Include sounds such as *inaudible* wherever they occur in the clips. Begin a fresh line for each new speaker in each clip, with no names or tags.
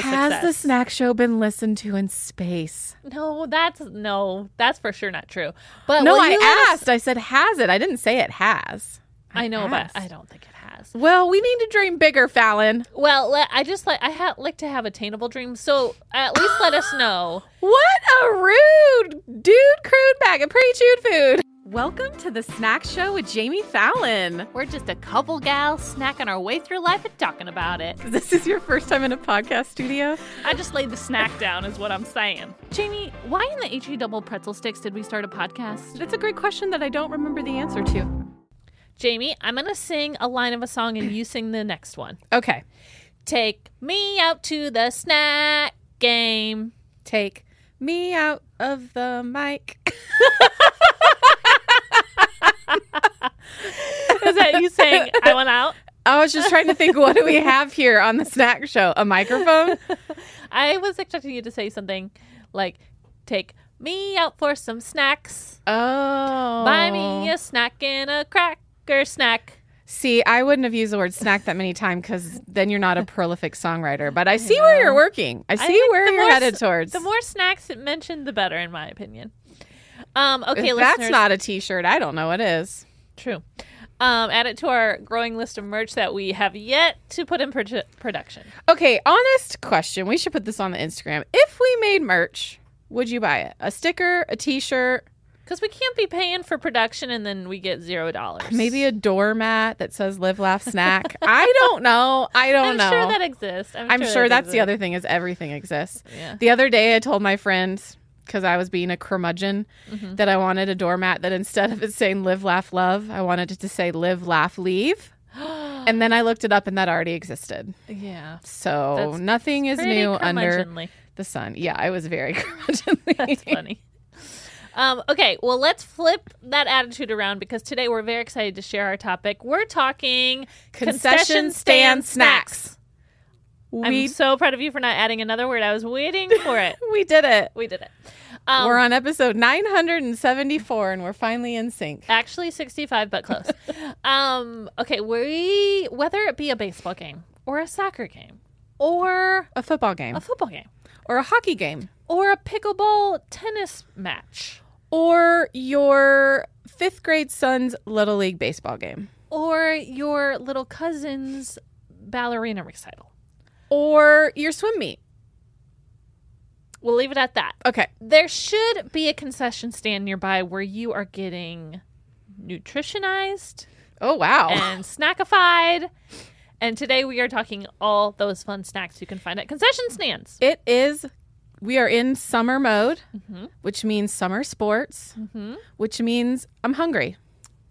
Has the
success.
snack show been listened to in space?
No, that's no, that's for sure not true. But
no,
will you
I
let us-
asked. I said, has it? I didn't say it has.
I know,
asked.
but I don't think it has.
Well, we need to dream bigger, Fallon.
Well, let, I just like I ha- like to have attainable dreams, so at least let us know.
What a rude dude crude bag of pre chewed food. Welcome to the snack show with Jamie Fallon.
*gasps*
*laughs*
We're just a couple gals snacking our way through life and talking about it.
This is your first time in a podcast studio.
I just laid the snack down, is what I'm saying. Jamie, why in the HE double pretzel sticks did we start a podcast?
That's a great question that I don't remember the answer to.
Jamie, I'm gonna sing a line of a song and you sing the next one.
Okay.
Take me out to the snack game.
Take me out of the mic. *laughs*
Is that you *laughs* saying I went out?
I was just trying to think what do we have here on the snack show? A microphone?
I was expecting you to say something like, "Take me out for some snacks.
Oh.
Buy me a snack and a cracker snack."
See, I wouldn't have used the word snack that many times because then you're
*laughs*
not a prolific songwriter. But I see where you're working. I see
think
where
the
you're
more s-
headed towards.
The more snacks it mentioned, the better, in my opinion. Um, okay,
if that's
listeners,
not a T-shirt, I don't know what is.
true. Um, add it to our growing list of merch that we have yet to put in produ- production.
Okay, honest question. We should put this on the Instagram. If we made merch, would you buy it? A sticker, a T-shirt,
Because we can't be paying for production and then we get zero dollars.
maybe a doormat that says "Live, Laugh,
*laughs*
Snack." I don't know. I don't
I'm
know.
sure that exists. I'm,
I'm
sure,
sure,
that
that's the
exists.
other thing is everything exists.
Yeah.
The other day, I told my friends because I was being a curmudgeon
Mm-hmm.
that I wanted a doormat that instead of it saying "Live, Laugh, Love," I wanted it to say "Live, Laugh, Leave."
Mm.
And then I looked it up, and that already existed.
*gasps* yeah.
So
That's
nothing is
Pretty
new under
curmudgeonly.
the sun. Yeah, I was very *laughs* curmudgeonly. *laughs*
That's funny. Um, okay, well, let's flip that attitude around because today we're very excited to share our topic. We're talking
Concession stand snacks.
I'm
We
so proud of you for not adding another word. I was waiting
*laughs*
for it.
we did it.
we did it. Um,
we're on episode 974, and we're finally in sync.
actually 65,
*laughs*
but close. um, okay, we whether it be a baseball game or a soccer game or
A football game,
a football game
or a hockey game,
or a pickleball tennis match
or your fifth grade son's little league baseball game,
or your little cousin's ballerina recital.
or your swim meet.
We'll leave it at that.
Okay,
There should be a concession stand nearby where you are getting nutritionized
Oh wow.
and snackified. And today we are talking all those fun snacks you can find at concession stands.
it is we are in summer mode,
Mhm.
which means summer sports,
Mm-hmm.
which means I'm hungry.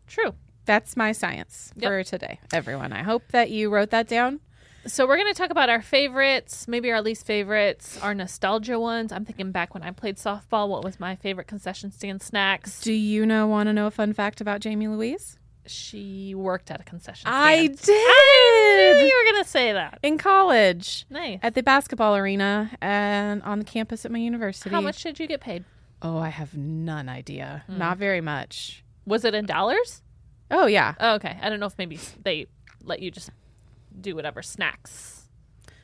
True.
That's my science
Yep.
for today, everyone. I hope that you wrote that down.
So we're going to talk about our favorites, maybe our least favorites, our nostalgia ones. I'm thinking back when I played softball, what was my favorite concession stand snacks?
Do you know want to know a fun fact about Jamie Louise?
She worked at a concession
I
stand. I knew
did.
you were going to say that.
In college
Nice.
at the basketball arena and on the campus at my university.
How much did you get paid?
Oh, I have none idea.
Hmm.
Not very much.
Was it in dollars?
Oh yeah.
Oh, okay. I don't know if maybe s- they let you just do whatever snacks.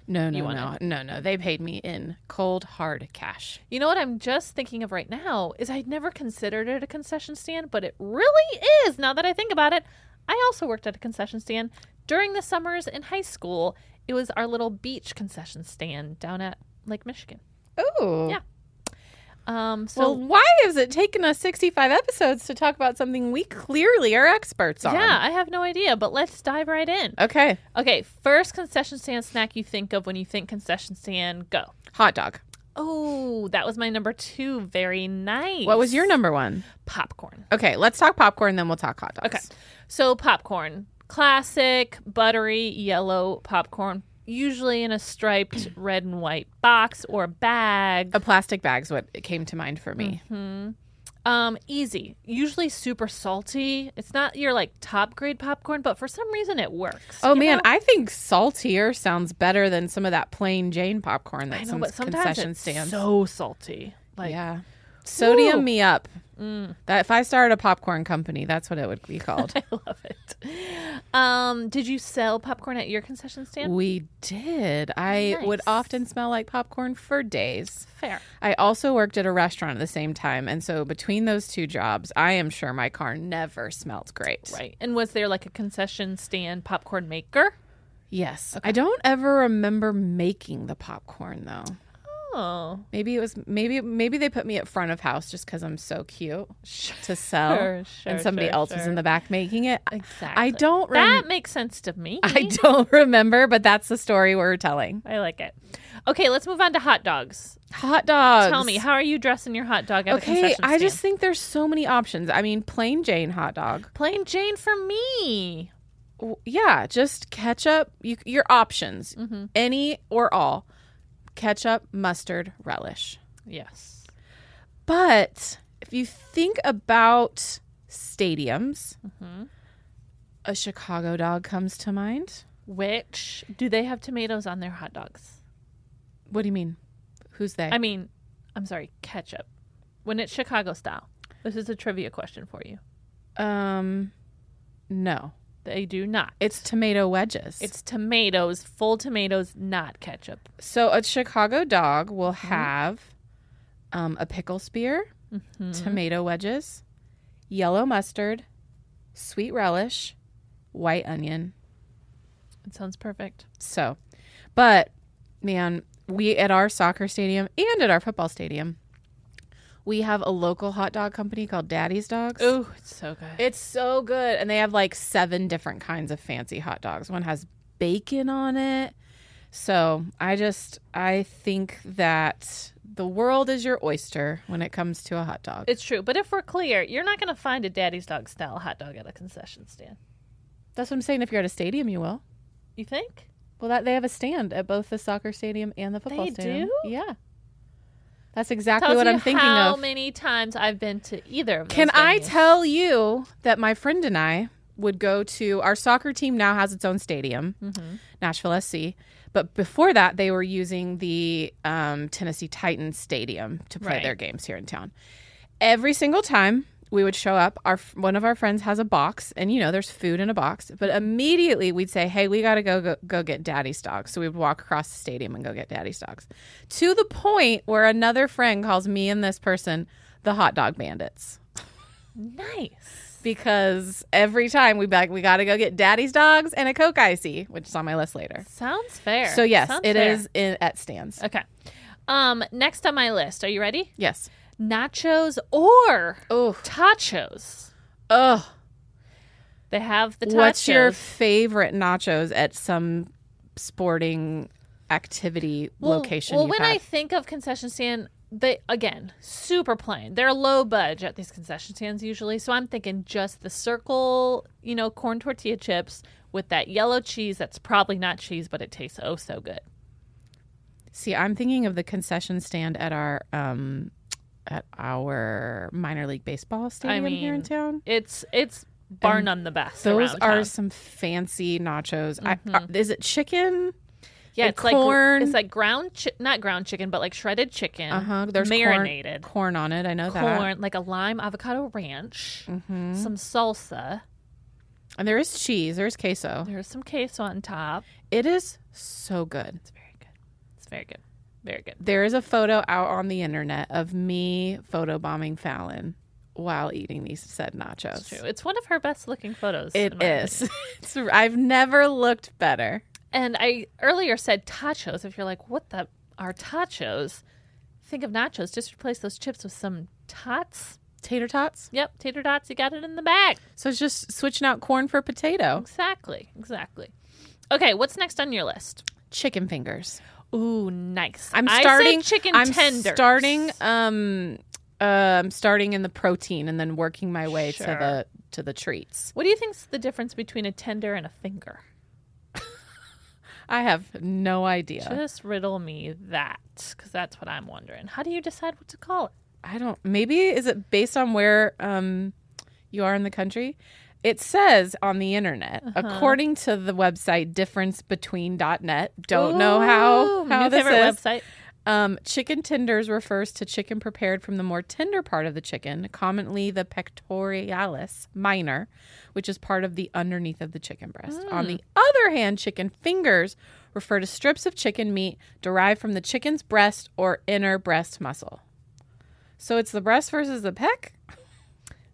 No,
You
no, no.
wanted-
No, no. They paid me in cold hard cash.
You know what I'm just thinking of right now is I'd never considered it a concession stand, but it really is. Now that I think about it, I also worked at a concession stand during the summers in high school. It was our little beach concession stand down at Lake Michigan.
Oh.
Yeah. Um, so
well, why has it taken us 65 episodes to talk about something we clearly are experts on?
yeah, I have no idea, but let's dive right in.
Okay.
Okay, first concession stand snack you think of when you think concession stand, go.
Hot dog.
Oh, that was my number two. Very nice.
What was your number one?
Popcorn.
Okay, let's talk popcorn, then we'll talk hot dogs.
Okay. So, popcorn. Classic, buttery, yellow popcorn, usually in
*clears throat*
a striped red and white box or bag.
A plastic bag's what came to mind for me.
Mm-hmm. Um, easy. Usually super salty. It's not your like top grade popcorn, but for some reason it works.
Oh
you
man,
know?
I think saltier sounds better than some of that plain Jane popcorn that
I know,
some
but sometimes
concession
it's
stands.
so salty. Like, *laughs*
yeah. Sodium
Ooh.
me up.
Mm,
That if I started a popcorn company, that's what it would be
*laughs*
called.
I love it. Um, did you sell popcorn at your concession stand?
we did. I would
Nice.
often smell like popcorn for days.
Fair.
I also worked at a restaurant at the same time, and so between those two jobs, I am sure my car never smelled great.
Right. And was there like a concession stand popcorn maker?
Yes. I don't ever remember making the popcorn though.
Oh,
Maybe it was maybe maybe they put me at front of house just cuz I'm so cute
*laughs* sure.
to sell and somebody else is in the back making it.
Exactly.
I don't
That
rem-
makes sense to me.
I don't *laughs* remember, but that's the story we're telling.
I like it. Okay, let's move on to hot dogs.
Hot dogs.
Tell me, how are you dressing your hot dog at a
Okay,
concession
I
stand?
just think there's so many options. I mean, plain Jane hot dog.
plain Jane for me.
W- Yeah, just ketchup, you, your options,
Mm-hmm.
any or all. Ketchup, mustard, relish.
Yes.
But if you think about stadiums,
hmm
a Chicago dog comes to mind.
Which do they have tomatoes on their hot dogs?
What do you mean? Who's they?
I mean, I'm sorry, ketchup. When it's Chicago style. This is a trivia question for you.
um, no,
They do not.
it's tomato wedges.
It's tomatoes, full tomatoes, not ketchup.
so a Chicago dog will have um, a pickle spear,
Mhm.
tomato wedges, yellow mustard, sweet relish, white onion.
It sounds perfect.
So, but man, we at our soccer stadium and at our football stadium, we have a local hot dog company called Daddy's Dogs.
Oh, it's so good.
It's so good. And they have like seven different kinds of fancy hot dogs. One has bacon on it. So I just, I think that the world is your oyster when it comes to a hot dog.
It's true, but if we're clear, you're not going to find a daddy's dog style hot dog at a concession stand.
That's what I'm saying. If you're at a stadium, you will.
You think?
Well, that they have a stand at both the soccer stadium and the football
They
stadium.
do?
Yeah. That's exactly
Tells
what
you
I'm thinking
how
of.
many times I've been to either of those
Can I
venues.
tell you that my friend and I would go to our soccer team now has its own stadium,
Mhm.
Nashville SC. But before that, they were using the um, Tennessee Titans Stadium to play
Right.
their games here in town. Every single time we would show up, our one of our friends has a box, and you know there's food in a box. But immediately we'd say, "Hey, we gotta go go, go get Daddy's dogs." So we would walk across the stadium and go get Daddy's dogs. To the point where another friend calls me and this person the hot dog bandits
Nice.
because every time we back, we got to go get daddy's dogs and a Coke icy, which is on my list later.
Sounds fair.
So yes,
Sounds
it
fair.
is in, at stands.
Okay. Um, next on my list, are you ready?
Yes.
Nachos or
Oh,
tachos?
oh.
They have the tachos.
What's your favorite nachos at some sporting activity
Well-
location?
Well,
you've
when
had?
I think of concession stand, they again super plain. They're low budge at these concession stands usually, so I'm thinking just the circle, you know, corn tortilla chips with that yellow cheese. That's probably not cheese, but it tastes oh so good.
see, I'm thinking of the concession stand at our um, at our minor league baseball stadium here in
mean,
town.
It's it's bar none the best.
Those
around
are
town. Mm-hmm.
some fancy nachos. I, are, is it chicken?
yeah,
and
it's
corn.
like it's like ground chi- not ground chicken, but like shredded chicken,
Uh huh. There's corn-
marinated
corn,
corn,
on it. I know that.
like a lime avocado ranch,
Mm-hmm.
some salsa.
And there is cheese. There is queso.
There's some queso on top.
It is so good.
It's very good. It's very good. Very good.
There is a photo out on the internet of me photobombing Fallon while eating these said nachos.
It's true. It's one of her best looking photos. in
It
my opinion.
is. *laughs* It's- I've never looked better.
And I earlier said tachos. If you're like, what the are tachos? Think of nachos. Just replace those chips with some tots.
Tater tots.
Yep, tater tots. You got it in the bag.
So it's just switching out corn for potato.
Exactly. Exactly. Okay, what's next on your list?
Chicken fingers.
Ooh, nice.
I'm
I said
starting
chicken
I'm
tenders.
starting um um starting in the protein and then working my way to
Sure.
the to the treats.
What do you think's the difference between a tender and a finger?
I have no idea.
Just riddle me that, because that's what I'm wondering. How do you decide what to call it?
I don't. Maybe is it based on where um, you are in the country? It says on the internet,
Uh-huh.
according to the website differenceBetween.net. Don't know how
Ooh,
how
new
this
favorite
is.
website.
Um, chicken tenders refers to chicken prepared from the more tender part of the chicken, commonly the pectoralis minor, which is part of the underneath of the chicken breast. On the other hand, chicken fingers refer to strips of chicken meat derived from the chicken's breast or inner breast muscle. So it's the breast versus the pec, *laughs*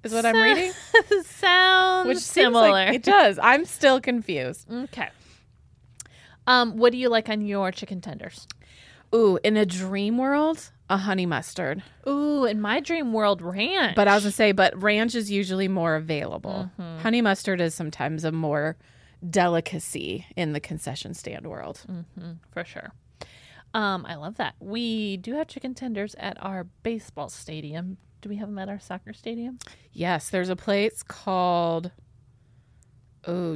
is *laughs* what I'm reading.
*laughs* Sounds
Which seems
similar.
like it does. I'm still confused.
okay. Um, what do you like on your chicken tenders?
Ooh, in a dream world, a honey mustard.
Ooh, in my dream world, ranch.
But I was gonna say, but ranch is usually more available.
Mm-hmm.
Honey mustard is sometimes a more delicacy in the concession stand world.
Mm, for sure. Um, I love that. We do have chicken tenders at our baseball stadium. Do we have them at our soccer stadium?
Yes, there's a place called oh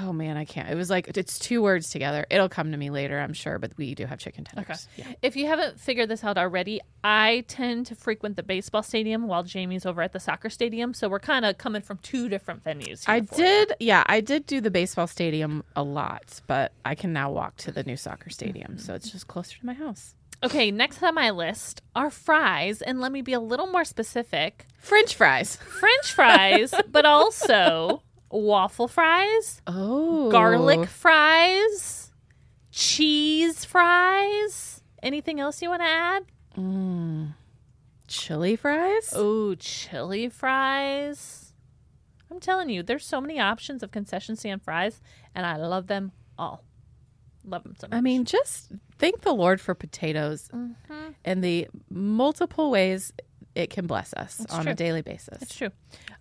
oh man, I can't. It was like it's two words together. It'll come to me later, I'm sure. But we do have chicken tenders. Yeah.
If you haven't figured this out already, I tend to frequent the baseball stadium while Jamie's over at the soccer stadium. So we're kind of coming from two different venues. here
I
for you.
did, yeah, I did do the baseball stadium a lot, but I can now walk to the new soccer stadium,
Mm-hmm.
so it's just closer to my house.
Okay, next on my list are fries. And let me be a little more specific
French fries.
French *laughs* fries, but also waffle fries,
Oh,
garlic fries, cheese fries. Anything else you want to add?
chili fries.
Oh, chili fries. I'm telling you, there's so many options of concession stand fries, and I love them all. Love them so much.
I mean, just thank the Lord for potatoes
Mm-hmm.
and the multiple ways it can bless us on
true.
a daily basis.
it's true.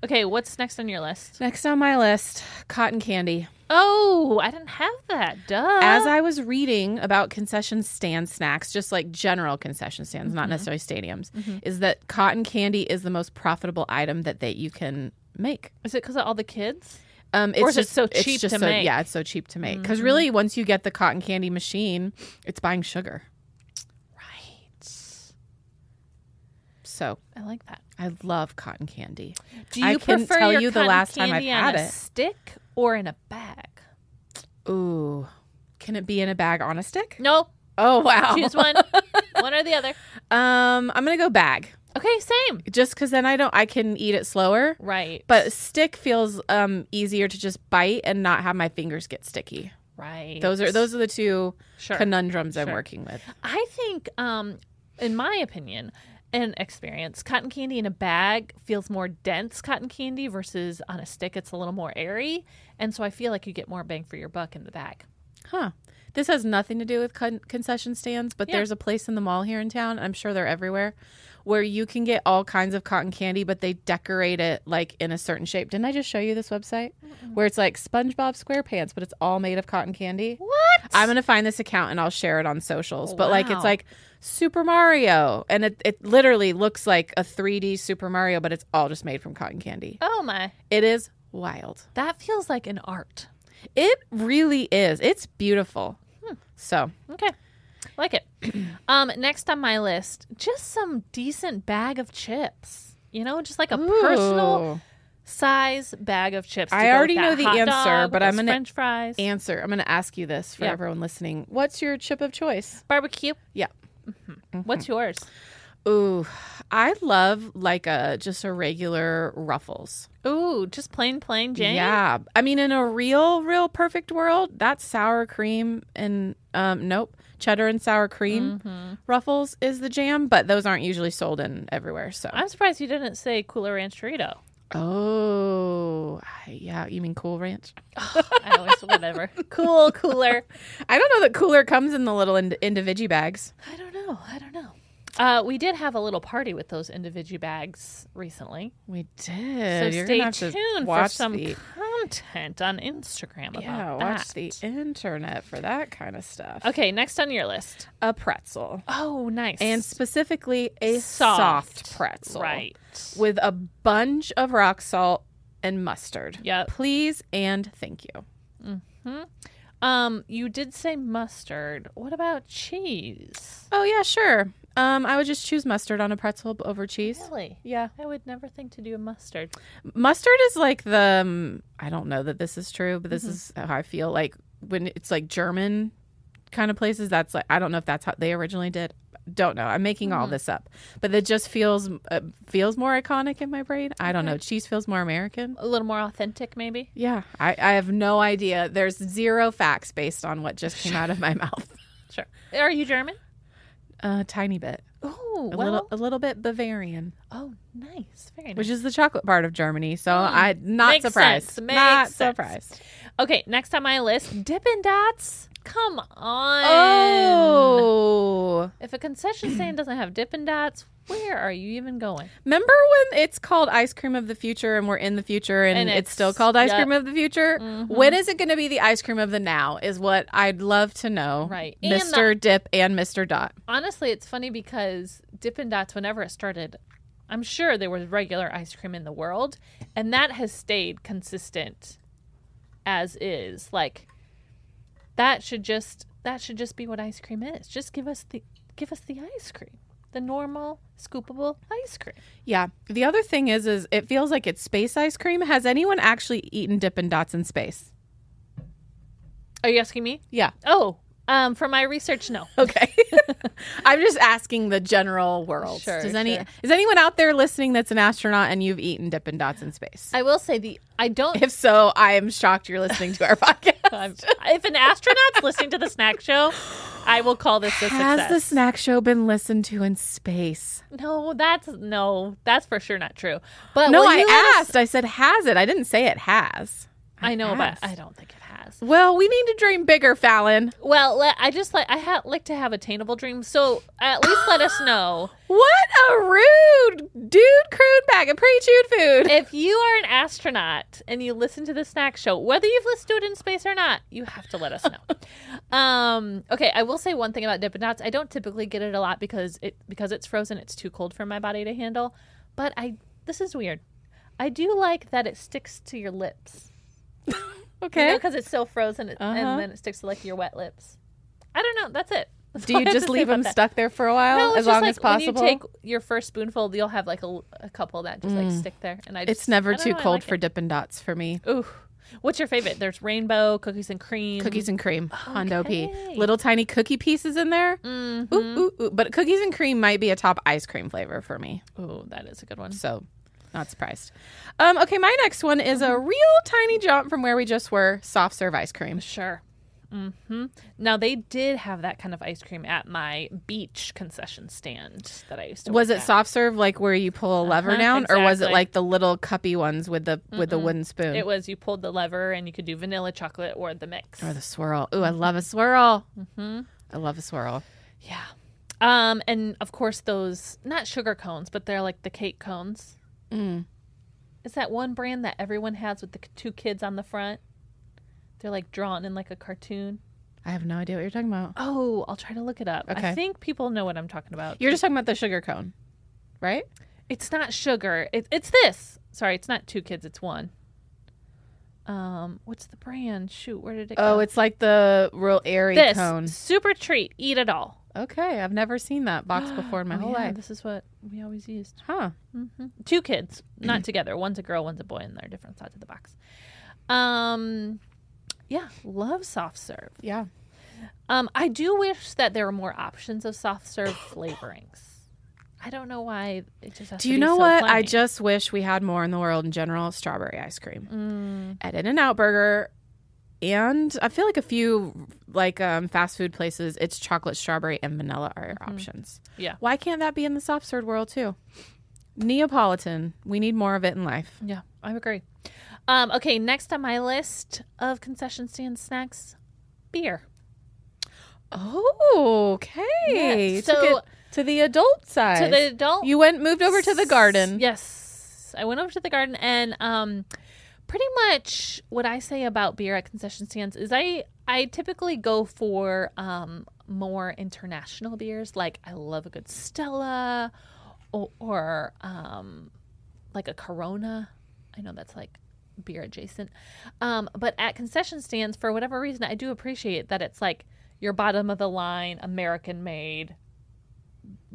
Okay, what's next on your list?
Next on my list, cotton candy.
Oh, I didn't have that. Duh.
As I was reading about concession stand snacks, just like general concession stands,
Mm-hmm.
not necessarily stadiums, is that cotton candy is the most profitable item that they, you can make.
Is it because of all the kids?
Um, it's
Or is it
just
so
it's
cheap
just
to
so-
make? Mm-hmm.
Yeah, it's so cheap to make. Because really, once you get the cotton candy machine, it's buying sugar.
Right.
So
I like that.
I love cotton candy.
Do you
I couldn't
prefer
tell
your
you the
cotton
last time I've
candy on
had
a
it.
stick or in a bag?
Ooh. Can it be in a bag on a stick?
Nope.
Oh wow. *laughs*
Choose *laughs* one. one or the other.
Um I'm going to go bag
Okay, same.
just cuz then I don't I can eat it slower.
Right.
But a stick feels um easier to just bite and not have my fingers get sticky.
right.
Those are those are the two
sure.
conundrums I'm
Sure.
working with.
I think, um, in my opinion and experience, cotton candy in a bag feels more dense cotton candy versus on a stick, it's a little more airy. And so I feel like you get more bang for your buck in the bag.
Huh. This has nothing to do with con- concession stands, but
Yeah.
there's a place in the mall here in town. I'm sure they're everywhere where you can get all kinds of cotton candy, but they decorate it like in a certain shape. Didn't I just show you this website where it's like SpongeBob SquarePants, but it's all made of cotton candy?
What?
I'm gonna find this account and I'll share it on socials. But like
Wow.
it's like Super Mario, and it, it literally looks like a 3D Super Mario, but it's all just made from cotton candy.
oh my.
It is wild.
That feels like an art.
It really is. It's beautiful.
Hmm.
So
Okay. Like it. *clears throat* um, next on my list, just some decent bag of chips. You know, just like a personal
Ooh.
size bag of chips. to
I
go with
already
that
know the
hot
answer,
dog,
but
those
I'm gonna-
French fries,
answer. I'm gonna ask you this for
Yeah.
everyone listening. What's your chip of choice?
barbecue. Mm-hmm.
Yeah. Mm-hmm.
What's yours?
Ooh, I love like a just a regular Ruffles.
Ooh, just plain, plain Jane.
Yeah. I mean, in a real, real perfect world, that's sour cream and, um, nope, cheddar and sour cream. Ruffles is the jam, but those aren't usually sold in everywhere. So,
I'm surprised you didn't say Cooler Ranch Dorito.
oh, I- yeah. You mean Cool Ranch?
I
*laughs*
always, whatever. Cool, cooler.
I don't know that cooler comes in the little ind- individual bags.
I don't know. I don't know. Uh, we did have a little party with those individual bags recently.
We
So
did. You're gonna
stay
have to
tuned for
watch
some
the-
content on Instagram about
yeah,
that.
watch the internet for that kind of stuff.
Okay, next on your list.
A pretzel,
Oh, nice.
and specifically a
Soft.
soft, pretzel.
right.
with a bunch of rock salt and mustard.
Yep.
Please and thank you.
Um, you did say mustard. What about cheese?
Oh yeah, sure. Um, I would just choose mustard on a pretzel b- over cheese.
Really?
Yeah,
I would never think to do a mustard.
mustard is like the Mm-hmm. um, I don't know that this is true, but this is how I feel like when it's like German kind of places. That's like I don't know if that's how they originally did. Don't know. I'm making all
Mhm.
this up, but it just feels uh, feels more iconic in my brain. I don't know. Cheese feels more American.
A little more authentic, maybe.
Yeah, I, I have no idea. There's zero facts based on what just came out of my *laughs* mouth.
Sure. Are you German?
A tiny bit,
Oh,
a
well.
little, a little bit Bavarian,
oh, nice. Very nice.
which is the chocolate part of Germany. So
Mm.
I'm not
Makes
surprised.
sense. Makes
not
sense.
surprised.
okay, next on my list, Dippin' Dots. Come on.
Oh,
If a concession stand doesn't have Dippin' Dots, where are you even going?
remember when it's called ice cream of the future, and we're in the future, and,
And
it's,
it's-
still called ice
yep.
cream of the future?
Mhm.
When is it going to be the ice cream of the now? Is what I'd love to know.
Right. And the-
Mister Dip and Mister Dot.
Honestly, it's funny because Dippin' Dots, whenever it started, I'm sure there was regular ice cream in the world, and that has stayed consistent as is. Like that should just that should just be what ice cream is. Just give us the give us the ice cream, the normal scoopable ice cream.
Yeah. The other thing is, is it feels like it's space ice cream. Has anyone actually eaten Dippin' Dots in space?
Are you asking me?
Yeah. *laughs*
Oh, um, for my research, no. *laughs*
Okay. I'm just asking the general world.
Sure,
Does any
sure.
is anyone out there listening that's an astronaut and you've eaten Dippin' Dots in space?
I will say the I don't
if so, I am shocked you're listening to our *laughs* podcast.
I'm- if an astronaut's listening to the snack show, I will call this a
Has
success.
the snack show been listened to in space?
no, that's no, that's for sure not true. But
no,
will
I
you let us-
asked. I said has it. I didn't say it has.
I know,
asked.
but I don't think it has.
Well, we need to dream bigger, Fallon.
Well, let, I just like I ha- like to have attainable dreams, so at least let us know
What a rude dude crude bag of pre-chewed food.
if you are an astronaut and you listen to the snack show, whether you've listened to it in space or not. You have to let
*laughs*
us know. um, okay, I will say one thing about Dippin' Dots. I don't typically get it a lot because it because it's frozen. It's too cold for my body to handle. But I this is weird. I do like that it sticks to your lips.
okay.
because it's so frozen, it,
Uh-huh.
and then it sticks to like your wet lips. I don't know. That's it. That's
Do *laughs*
all
you
I have
just
to say
leave
about
them
that.
stuck there for a while
No, it's
as
just
long
like
as possible?
When you take you'll have like a, l- you'll have like a, l- a couple that just like stick there, and I just,
Mm. it's never
I don't
too
know, I
cold
like
for
it.
Dippin' Dots for me.
Ooh, what's your favorite? There's rainbow cookies and cream
Cookies and cream, Hondo P.
Okay.
Little tiny cookie pieces in there.
Mm.
Ooh, ooh, ooh. But cookies and cream might be a top ice cream flavor for me.
Ooh, that is a good one.
So, not surprised. Um, okay, my next one is
Mm-hmm.
a real tiny jump from where we just were soft serve ice cream.
Sure. Mm-hmm. Now they did have that kind of ice cream at my beach concession stand that I used to.
Was
work
it
at.
soft serve like where you pull a lever
Uh-huh,
down, or was it
exactly.
like the little cuppy ones with the with the wooden spoon
It was. You pulled the lever, and you could do vanilla chocolate or the mix.
or the swirl? Ooh,
Mm-hmm.
I love a swirl.
hmm
I love a swirl.
Yeah. Um, and of course those not sugar cones, but they're like the cake cones.
Mm.
It's that one brand that everyone has with the k- two kids on the front. They're like drawn in like a cartoon.
I have no idea what you're talking about.
Oh, I'll try to look it up.
Okay.
I think people know what I'm talking about.
You're just talking about the sugar cone, right?
It's not sugar. It, it's this. Sorry, it's not two kids. It's one. Um, what's the brand? Shoot, where did it
Oh,
go?
it's like the real airy
this
cone.
super treat. Eat it all.
Okay, I've never seen that
*gasps*
box before in my
Oh,
whole
yeah,
life.
This is what we always used.
Huh.
hmm Two kids,
*clears throat*
not together. One's a girl, one's a boy, and they're different sides of the box. Um, yeah, love soft serve.
Yeah.
Um, I do wish that there were more options of soft serve flavorings. I don't know why it just. Has
Do
to
you
be
know
so
what? I
plain.
just wish we had more in the world in general strawberry ice cream
Mm,
at In and Out Burger. And I feel like a few like um, fast food places, it's chocolate, strawberry, and vanilla are your options.
Mm-hmm. Yeah.
Why can't that be in the soft serve world too? Neapolitan. We need more of it in life.
yeah, I agree. Um, okay, next on my list of concession stand snacks, beer.
Oh, okay.
Yeah,
Took
so-
it to the adult side.
To the adult
You went moved over to the garden.
Yes. I went over to the garden and um pretty much what I say about beer at concession stands is I I typically go for um more international beers like I love a good Stella or, or um like a Corona. I know that's like beer adjacent. Um but at concession stands for whatever reason I do appreciate that it's like your bottom of the line American made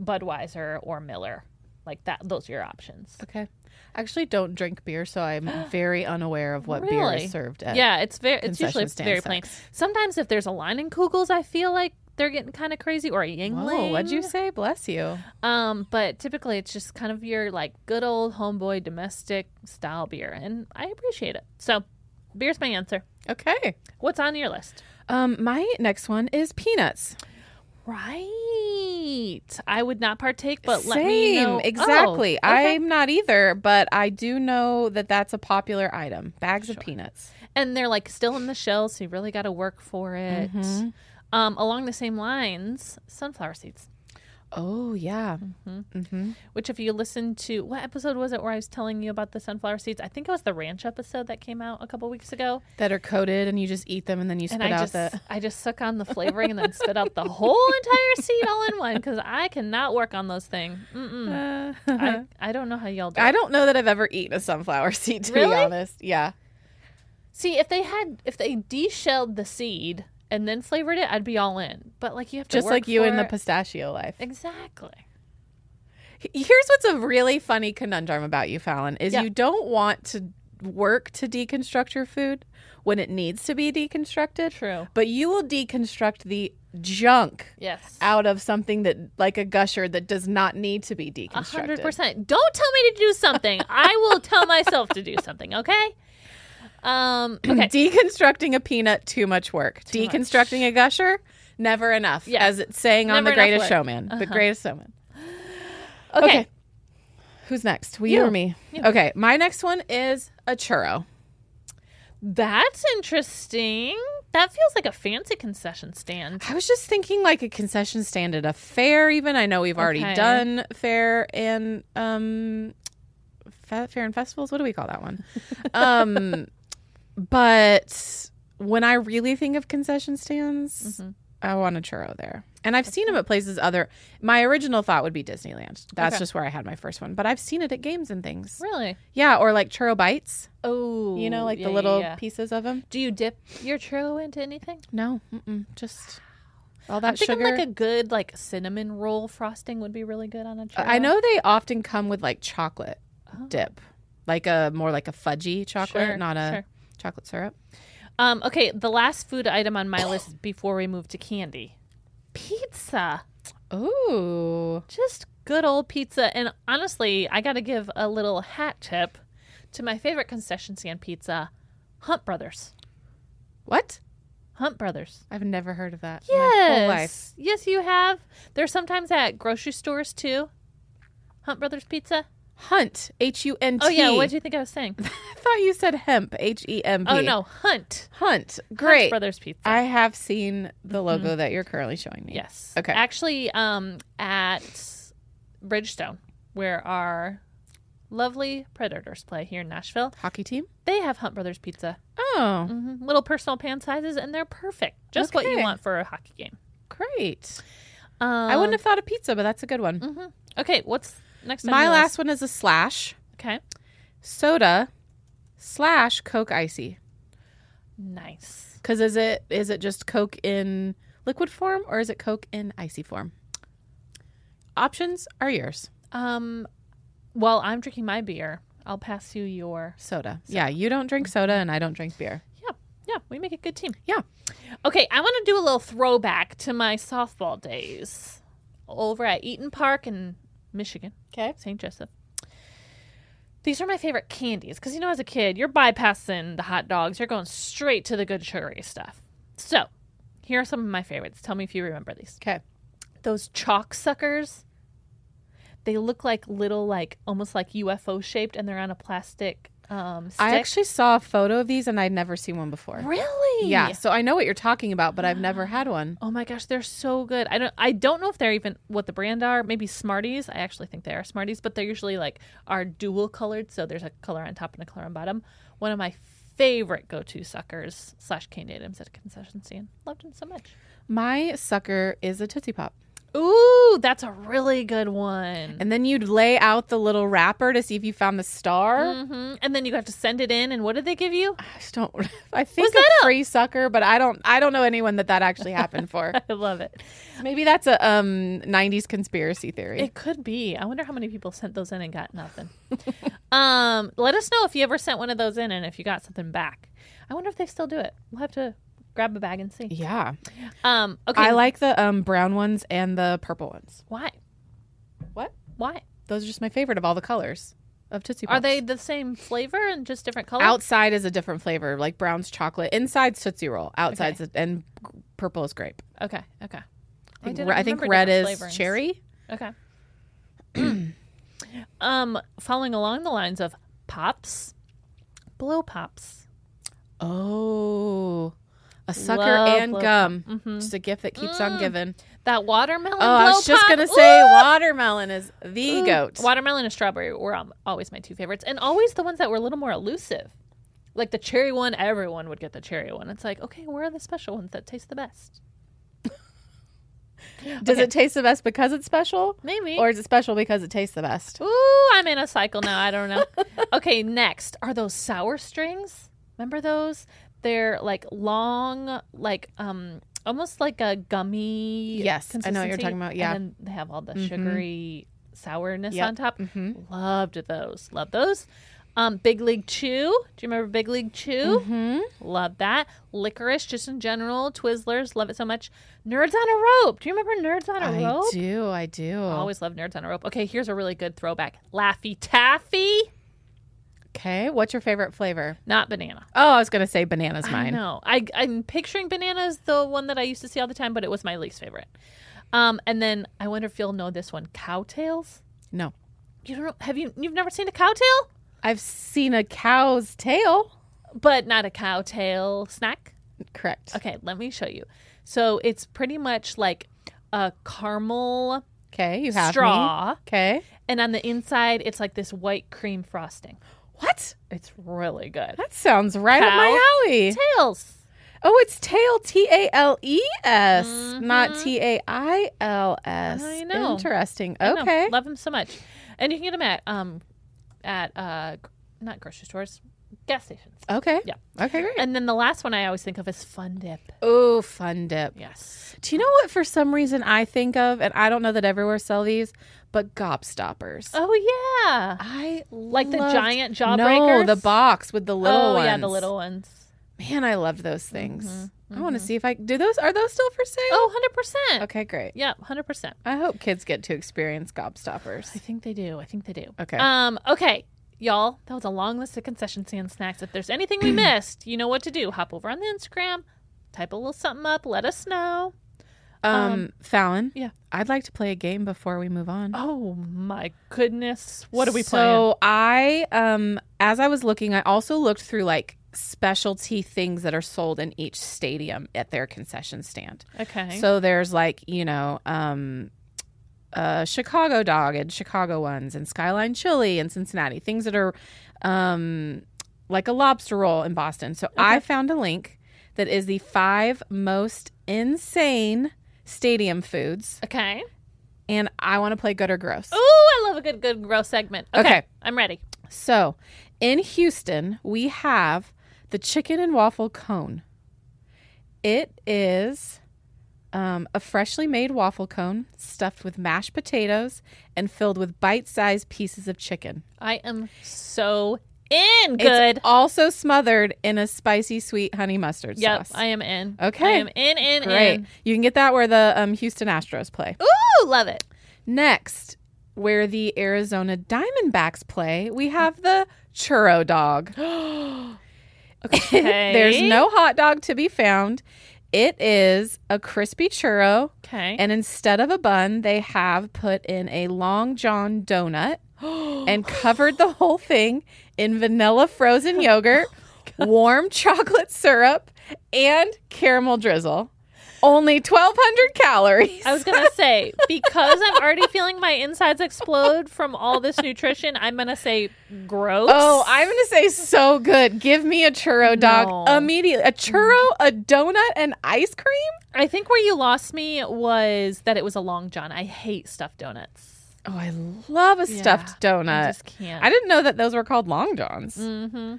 Budweiser or Miller Like that, those are your options.
Okay. I actually don't drink beer, so
*gasps*
I'm very unaware of what beer
Really?
is served at.
yeah, it's very, it's usually
concession stand
very plain.
sex.
Sometimes if there's a line in Kugels, I feel like they're getting kind of crazy or a Yingling.
Whoa, what'd you say? Bless you.
Um, but typically it's just kind of your like good old homeboy domestic style beer, and I appreciate it. So, beer's my answer.
Okay.
What's on your list?
Um, my next one is peanuts.
Right. I would not partake, but let me
Same,
know.
exactly.
Oh, okay.
I'm not either, but I do know that that's a popular item. Bags
Sure.
of peanuts.
and they're like still in the shell, so you really got to work for it.
Mhm.
Um, along the same lines, sunflower seeds.
Oh yeah.
Mhm.
Mm-hmm.
Which, if you listen to what episode was it where I was telling you about the sunflower seeds? I think it was the ranch episode that came out a couple weeks ago.
That are coated, and you just eat them, and then you spit
and I
out
just
the.
I just suck on the flavoring and then spit out the whole entire seed all in one because I cannot work on those things. Mm-mm. *laughs* I, I don't know how y'all do.
Uh-huh. I
it.
don't know that I've ever eaten a sunflower *laughs* seed. To
Really?
be honest, yeah.
See if they had if they deshelled the seed and then flavored it, I'd be all in. But like you have to
Just
work
like you
for
in the
it.
pistachio life.
exactly.
Here's what's a really funny conundrum about you, Fallon, is
Yeah.
you don't want to work to deconstruct your food when it needs to be deconstructed,
True.
but you will deconstruct the junk
Yes.
out of something that like a gusher that does not need to be
A hundred
deconstructed.
percent. Don't tell me to do something. I will tell myself to do something. Okay. Um. *clears throat* Okay.
*laughs* Deconstructing a peanut, too much work.
Too much.
deconstructing a gusher, never enough.
Yeah.
As it's saying on
Never
the
enough
greatest
work.
showman. The
Uh-huh.
greatest showman.
okay.
okay. Who's next? We
You.
or me?
You.
Okay. My next one is a churro.
That's interesting. That feels like a fancy concession stand.
I was just thinking like a concession stand at a fair. Even I know we've already
Okay.
done fair and um, fe- fair and festivals. What do we call that
*laughs*
one? um, but when I really think of concession stands,
Mhm.
I want a churro there. And I've seen them at places other. My original thought would be Disneyland. That's
Okay.
just where I had my first one. But I've seen it at games and things.
Really?
Yeah, or like churro bites.
Oh,
You know, like
yeah,
the
yeah,
little
yeah.
pieces of them.
Do you dip your churro into anything?
No, mm-mm, just all that
I'm thinking
sugar.
like a good like cinnamon roll frosting would be really good on a churro.
I know they often come with like chocolate
Oh.
dip, like a more like a fudgy chocolate,
Sure,
not a
sure.
chocolate syrup.
Um, okay, the last food item on my list before we move to candy, pizza.
Ooh,
Just good old pizza. And honestly, I got to give a little hat tip to my favorite concession stand pizza, Hunt Brothers.
what?
Hunt Brothers.
I've never heard of that. in my
Yes.
whole life.
Yes, you have. They're sometimes at grocery stores too. Hunt Brothers Pizza.
Hunt H U N T.
Oh yeah, what did you think I was saying?
*laughs* I thought you said hemp H E M P.
Oh no, Hunt.
Hunt.
Hunt Mm-hmm.
Great.
Brothers Pizza.
I have seen the logo that you're currently showing me.
yes.
Okay.
Actually, um, at Bridgestone, where our lovely Predators play here in Nashville,
Hockey team.
they have Hunt Brothers Pizza.
Oh,
hmm Little personal pan sizes, and they're perfect. Just what you
Okay.
want for a hockey game.
great.
Um,
I wouldn't have thought of pizza, but that's a good one.
mhm. Okay, what's next? on
My
your
last one is a slash
list? Okay.
soda slash Coke icy.
Nice.
Because is it is it just Coke in liquid form or is it Coke in icy form? Options are yours.
Um, well, I'm drinking my beer. I'll pass you your.
Soda. Yeah, you don't drink soda and I don't drink beer.
Yeah, yeah, we make a good team.
Yeah.
Okay, I want to do a little throwback to my softball days over at Eaton Park in Michigan,
Okay.
St. Joseph. These are my favorite candies because you know, as a kid, you're bypassing the hot dogs, you're going straight to the good sugary stuff. So, here are some of my favorites. Tell me if you remember these.
Okay.
those chalk suckers they look like little like almost like ufo shaped and they're on a plastic um stick.
I actually saw a photo of these and I'd never seen one before.
really
Yeah, so I know what you're talking about, but I've never had one.
oh my gosh they're so good i don't i don't know if they're even what the brand are maybe smarties i actually think they are smarties but they're usually like are dual colored so there's a color on top and a color on bottom one of my favorite go-to suckers slash candy items at a concession stand loved them so much
My sucker is a Tootsie Pop.
Ooh, that's a really good one.
And then you'd lay out the little wrapper to see if you found the star.
Mhm. And then you have to send it in. And what did they give you?
I just don't. *laughs* I think
that
a free sucker, but I don't. I don't know anyone that that actually happened for.
*laughs* I love it.
Maybe that's a um '90s conspiracy theory.
It could be. I wonder how many people sent those in and got nothing. um, let us know if you ever sent one of those in and if you got something back. I wonder if they still do it. We'll have to grab a bag and see.
yeah,
Um, okay.
I like the um brown ones and the purple ones.
why?
What?
Why?
Those are just my favorite of all the colors of Tootsie Pops.
Are they the same flavor and just different colors?
outside is a different flavor, like brown's chocolate. Inside's Tootsie Roll. Outside's a, and purple is grape.
Okay. Okay.
I think,
didn't
re- I think
remember
red is
different flavorings.
cherry. *clears throat*
Okay. um, following along the lines of pops, blow pops.
Oh, a sucker
Love
and
blow-
gum.
hmm
Just a gift that keeps on
Mm.
giving.
That watermelon.
Oh, I was
blow
just
pop.
gonna say
Ooh!
watermelon is the
Ooh,
goat.
Mm, Watermelon and strawberry were um, always my two favorites, and always the ones that were a little more elusive. Like the cherry one, everyone would get the cherry one. It's like, okay, where are the special ones that taste the best?
Does
Okay.
it taste the best because it's special,
Maybe.
or is it special because it tastes the best?
Ooh, I'm in a cycle now. I
*laughs*
don't know. okay, next are those sour strings. Remember those? They're like long, like um, almost like a gummy.
Yes, I know what you're
consistency,
talking about, yeah.
and then they have all the
Mhm.
sugary sourness
Yep.
on top.
Mm-hmm.
Loved those. Love those. Um, Big League Chew. Do you remember Big League Chew?
Mm-hmm.
Love that. Licorice, just in general. Twizzlers, love it so much. Nerds on a Rope. Do you remember Nerds on a
I
Rope?
do. I do.
Always love Nerds on a Rope. Okay, here's a really good throwback. Laffy Taffy.
Okay. What's your favorite flavor?
Not banana.
Oh, I was gonna say banana's
I
mine.
know. I, I'm picturing banana is the one that I used to see all the time, but it was my least favorite. Um, and then I wonder if you'll know this one. Cowtails.
No,
You don't know, have you you've never seen a cowtail?
I've seen a cow's tail.
But not a cowtail snack.
Correct.
Okay, let me show you. So it's pretty much like a caramel
Okay, you have me.
straw,
Okay.
and on the inside, it's like this white cream frosting.
What?
It's really good.
That sounds right up my
Cow
alley.
Tails.
oh, it's tail. T A L E S, not
Mhm.
T A I L S.
I know.
Interesting.
I know,
Okay.
love them so much, and you can get them at um, at uh, gr- not grocery stores, gas stations.
Okay.
Yeah.
Okay, great.
And then the last one I always think of is Fun Dip.
oh, fun dip.
Yes.
Do you know what, for some reason, I think of, and I don't know that everywhere sell these, but gobstoppers.
Oh yeah,
I
like the
loved-
giant
No,
jawbreakers.
the box with the little
oh,
ones.
yeah, the little ones.
Man, I loved those things.
Mhm,
I want to see if I do those. Are those still for sale?
Oh, 100 percent.
Okay, great.
Yeah, hundred percent.
I hope kids get to experience gobstoppers.
I think they do. I think they do.
Okay.
Um. Okay, y'all. That was a long list of concession stand snacks. If there's anything *clears throat* we missed, you know what to do. Hop over on the Instagram, type a little something up, let us know.
Um,
Um,
Fallon.
yeah.
I'd like to play a game before we move on.
Oh my goodness, what are we playing?
So I, um, as I was looking, I also looked through like specialty things that are sold in each stadium at their concession stand.
Okay.
So there's like you know, um, uh, Chicago dog and Chicago ones and Skyline chili in Cincinnati. Things that are, um, like a lobster roll in Boston. So I found a link that is the five most insane stadium foods
okay.
and I want to play good or gross.
Ooh, I love a good good gross segment. Okay,
Okay.
I'm ready.
So, in Houston, we have the chicken and waffle cone. It is um, a freshly made waffle cone stuffed with mashed potatoes and filled with bite-sized pieces of chicken.
I am so in. Good.
It's also smothered in a spicy sweet honey mustard
Yep,
sauce.
I am in.
Okay.
I am in. In.
Great.
In.
You can get that where the um, Houston Astros play.
Ooh,
*gasps*
love it.
Next, where the Arizona Diamondbacks play, we have the churro dog. *laughs*
Okay.
There's no hot dog to be found. It is a crispy churro,
Okay. *gasps*
and instead of a bun, they have put in a Long John donut
*gasps*
and covered the whole thing in vanilla
Oh
frozen yogurt, warm chocolate syrup, and caramel drizzle. Only 1,200 calories.
I was
*laughs*
gonna say because I'm already feeling my insides explode from all this nutrition. I'm gonna say gross.
Oh, I'm gonna say so good. Give me a churro dog
No.
immediately. A churro, a donut, and ice cream.
I think where you lost me was that it was a long john. I hate stuffed donuts.
Oh, I love a stuffed
I
donut.
just can't.
I didn't know that those were called long johns.
hmm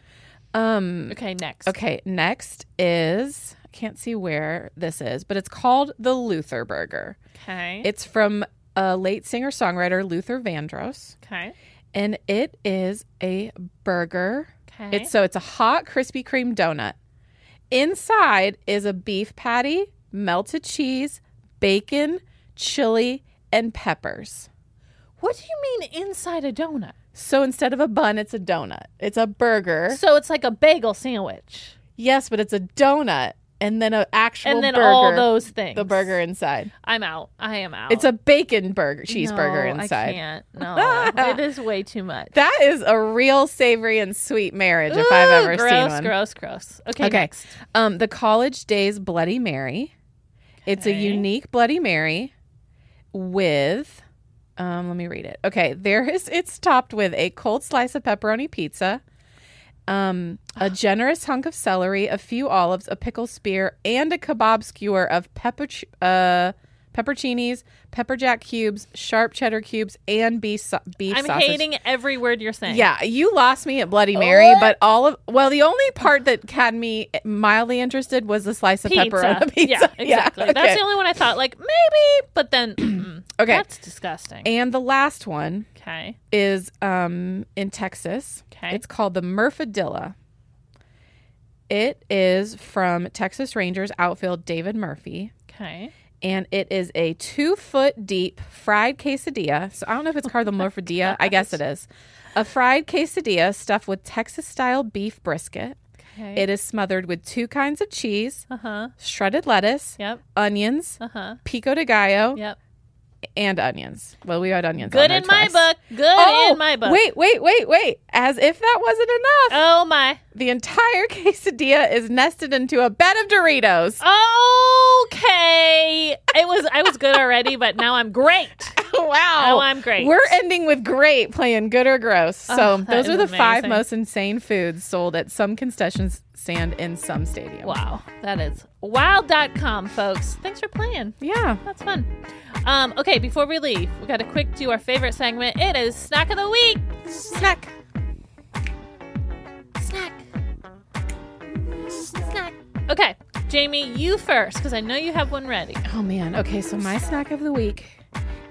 Um,
Okay, next.
okay, next is I can't see where this is, but it's called the Luther Burger.
Okay.
It's from a late singer songwriter Luther Vandross,
okay.
and it is a burger.
Okay.
It's so it's a hot Krispy Kreme donut. Inside is a beef patty, melted cheese, bacon, chili, and peppers.
what do you mean inside a donut?
So instead of a bun, it's a donut. It's a burger.
So it's like a bagel sandwich,
Yes, but it's a donut and then an actual
and then
burger.
all those things.
the burger inside.
I'm out. I am out.
It's a bacon burger, cheeseburger
No,
inside. *laughs*
I can't. No, it is way too much.
That is a real savory and sweet marriage if I've
Ooh,
ever
gross,
seen one.
Gross, gross, Okay,
Okay.
next.
Um, the College Days Bloody Mary. It's a
Okay.
unique Bloody Mary with. Um, let me read it. Okay, there is. *laughs* It's topped with a cold slice of pepperoni pizza, um, a generous hunk of celery, a few olives, a pickle spear, and a kebab skewer of pepper, uh, pepperoncinis, pepper jack cubes, sharp cheddar cubes, and beef sau- beef
I'm
sausage.
hating every word you're saying.
Yeah, you lost me at Bloody Mary,
What?
but all of well, the only part that had me mildly interested was the slice of
Pizza.
pepperoni *laughs* pizza.
Yeah, exactly. That's
okay.
the only one I thought, like, maybe, but then *clears throat* mm-mm.
Okay.
that's disgusting.
And the last one
okay.
is um in Texas.
Okay.
It's called the Murfadilla. It is from Texas Rangers outfield David Murphy.
Okay.
And it is a two foot deep fried quesadilla. So I don't know if it's called the
Oh
Murfadilla. I guess it is. A fried quesadilla stuffed with Texas style beef brisket.
Okay.
It is smothered with two kinds of cheese,
Uh huh.
shredded lettuce,
Yep.
onions,
Uh huh.
pico de gallo,
Yep.
and onions. Well, we had onions. on
Good
there
in my
twice.
book. Good
Oh,
in my book.
Wait, wait, wait, wait. As if that wasn't enough,
Oh my.
the entire *laughs* quesadilla is nested into a bed of Doritos.
*laughs* Okay. It was. I was good already, but now I'm great.
wow.
Now Oh, I'm great.
We're ending with great playing good or gross. So
Oh, that
those
is
are the five
amazing.
most insane foods sold at some concession stand in some stadiums.
Wow, that is wild.com, folks. Thanks for playing.
Yeah.
That's fun. Um, okay, before we leave, we got to quick do our favorite segment. It is snack of the week.
Snack.
Snack. Snack. Okay, Jamie, you first, because I know you have one ready.
Oh man. Okay, so my snack of the week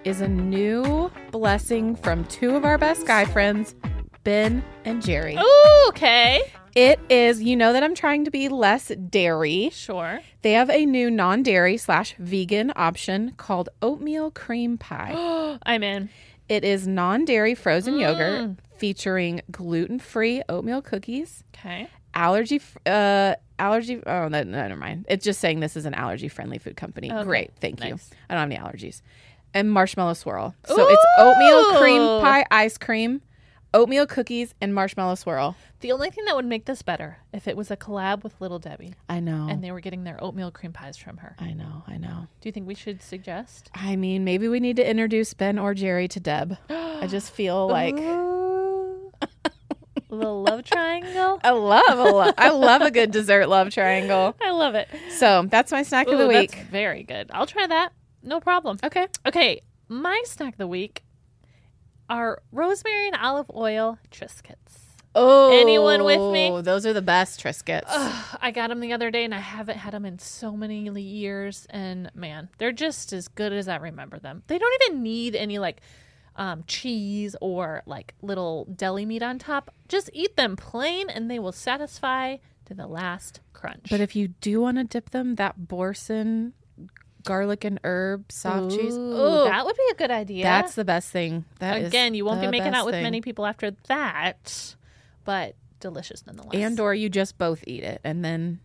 is a new blessing from two of our best guy friends, Ben and Jerry.
Ooh, okay.
It is, you know that I'm trying to be less dairy.
Sure.
They have a new non-dairy slash vegan option called oatmeal cream
*gasps*
pie.
*gasps* I'm in.
It is non-dairy frozen yogurt
Mm.
featuring gluten-free oatmeal cookies,
Okay.
allergy f- uh allergy oh no, no, never mind. It's just saying this is an allergy friendly food company.
Okay.
Great. Thank you.
Nice.
I don't have any allergies. And marshmallow swirl. So it's oatmeal cream
Ooh.
pie ice cream, oatmeal cookies, and marshmallow swirl.
The only thing that would make this better if it was a collab with Little Debbie
I know.
and they were getting their oatmeal cream pies from her.
I know. I know.
Do you think we should *gasps* suggest?
I mean, maybe we need to introduce Ben or Jerry to Deb. I just
*gasps*
feel like
*laughs* Ooh. a little love triangle.
I love a lo- I love a good dessert love triangle.
I love it.
So that's my snack of the
Ooh,
week.
That's very good. I'll try that. No problem.
Okay.
Okay, my snack of the week are rosemary and olive oil Triscuits.
Oh,
Anyone with me?
Those are the best Triscuits.
*laughs* Ugh, I got them the other day and I haven't had them in so many years. And man, they're just as good as I remember them. They don't even need any like um, cheese or like little deli meat on top. Just eat them plain and they will satisfy to the last crunch.
But if you do want to dip them, that Borson garlic and herb soft cheese,
Ooh,
ooh,
that would be a good idea.
that's the best thing. That is
Again, you won't be
the
making
best
out with
thing.
many people after that, but delicious nonetheless.
And or you just both eat it, and then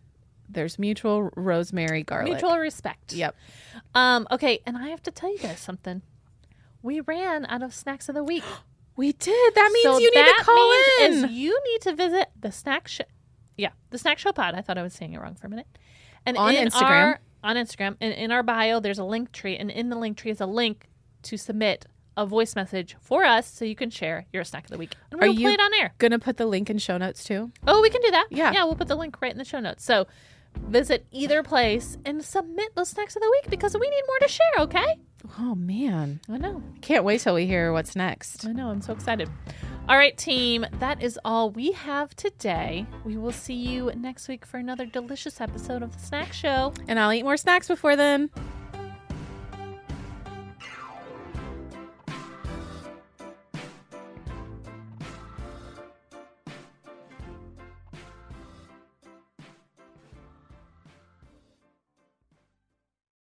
there's mutual rosemary garlic.
mutual respect.
Yep.
Um. Okay, and I have to tell you guys something. We ran out of snacks of the week.
We did. That *gasps* means
So
you need to
that
call
means
in.
Is you need to visit the snack show. Yeah, the snack show pod. I thought I was saying it wrong for a minute. And
On
in
Instagram.
our- on Instagram. And in our bio, there's a link tree, and in the link tree is a link to submit a voice message for us so you can share your snack of the week. And
Are
we'll play
you-
it on air.
Gonna put the link in show notes too.
Oh, we can do that.
Yeah.
Yeah, we'll put the link right in the show notes. So visit either place and submit those snacks of the week because we need more to share, okay?
Oh man,
I know.
can't wait till we hear what's next.
I know. I'm so excited. All right, team. That is all we have today. We will see you next week for another delicious episode of the Snack Show.
And I'll eat more snacks before then.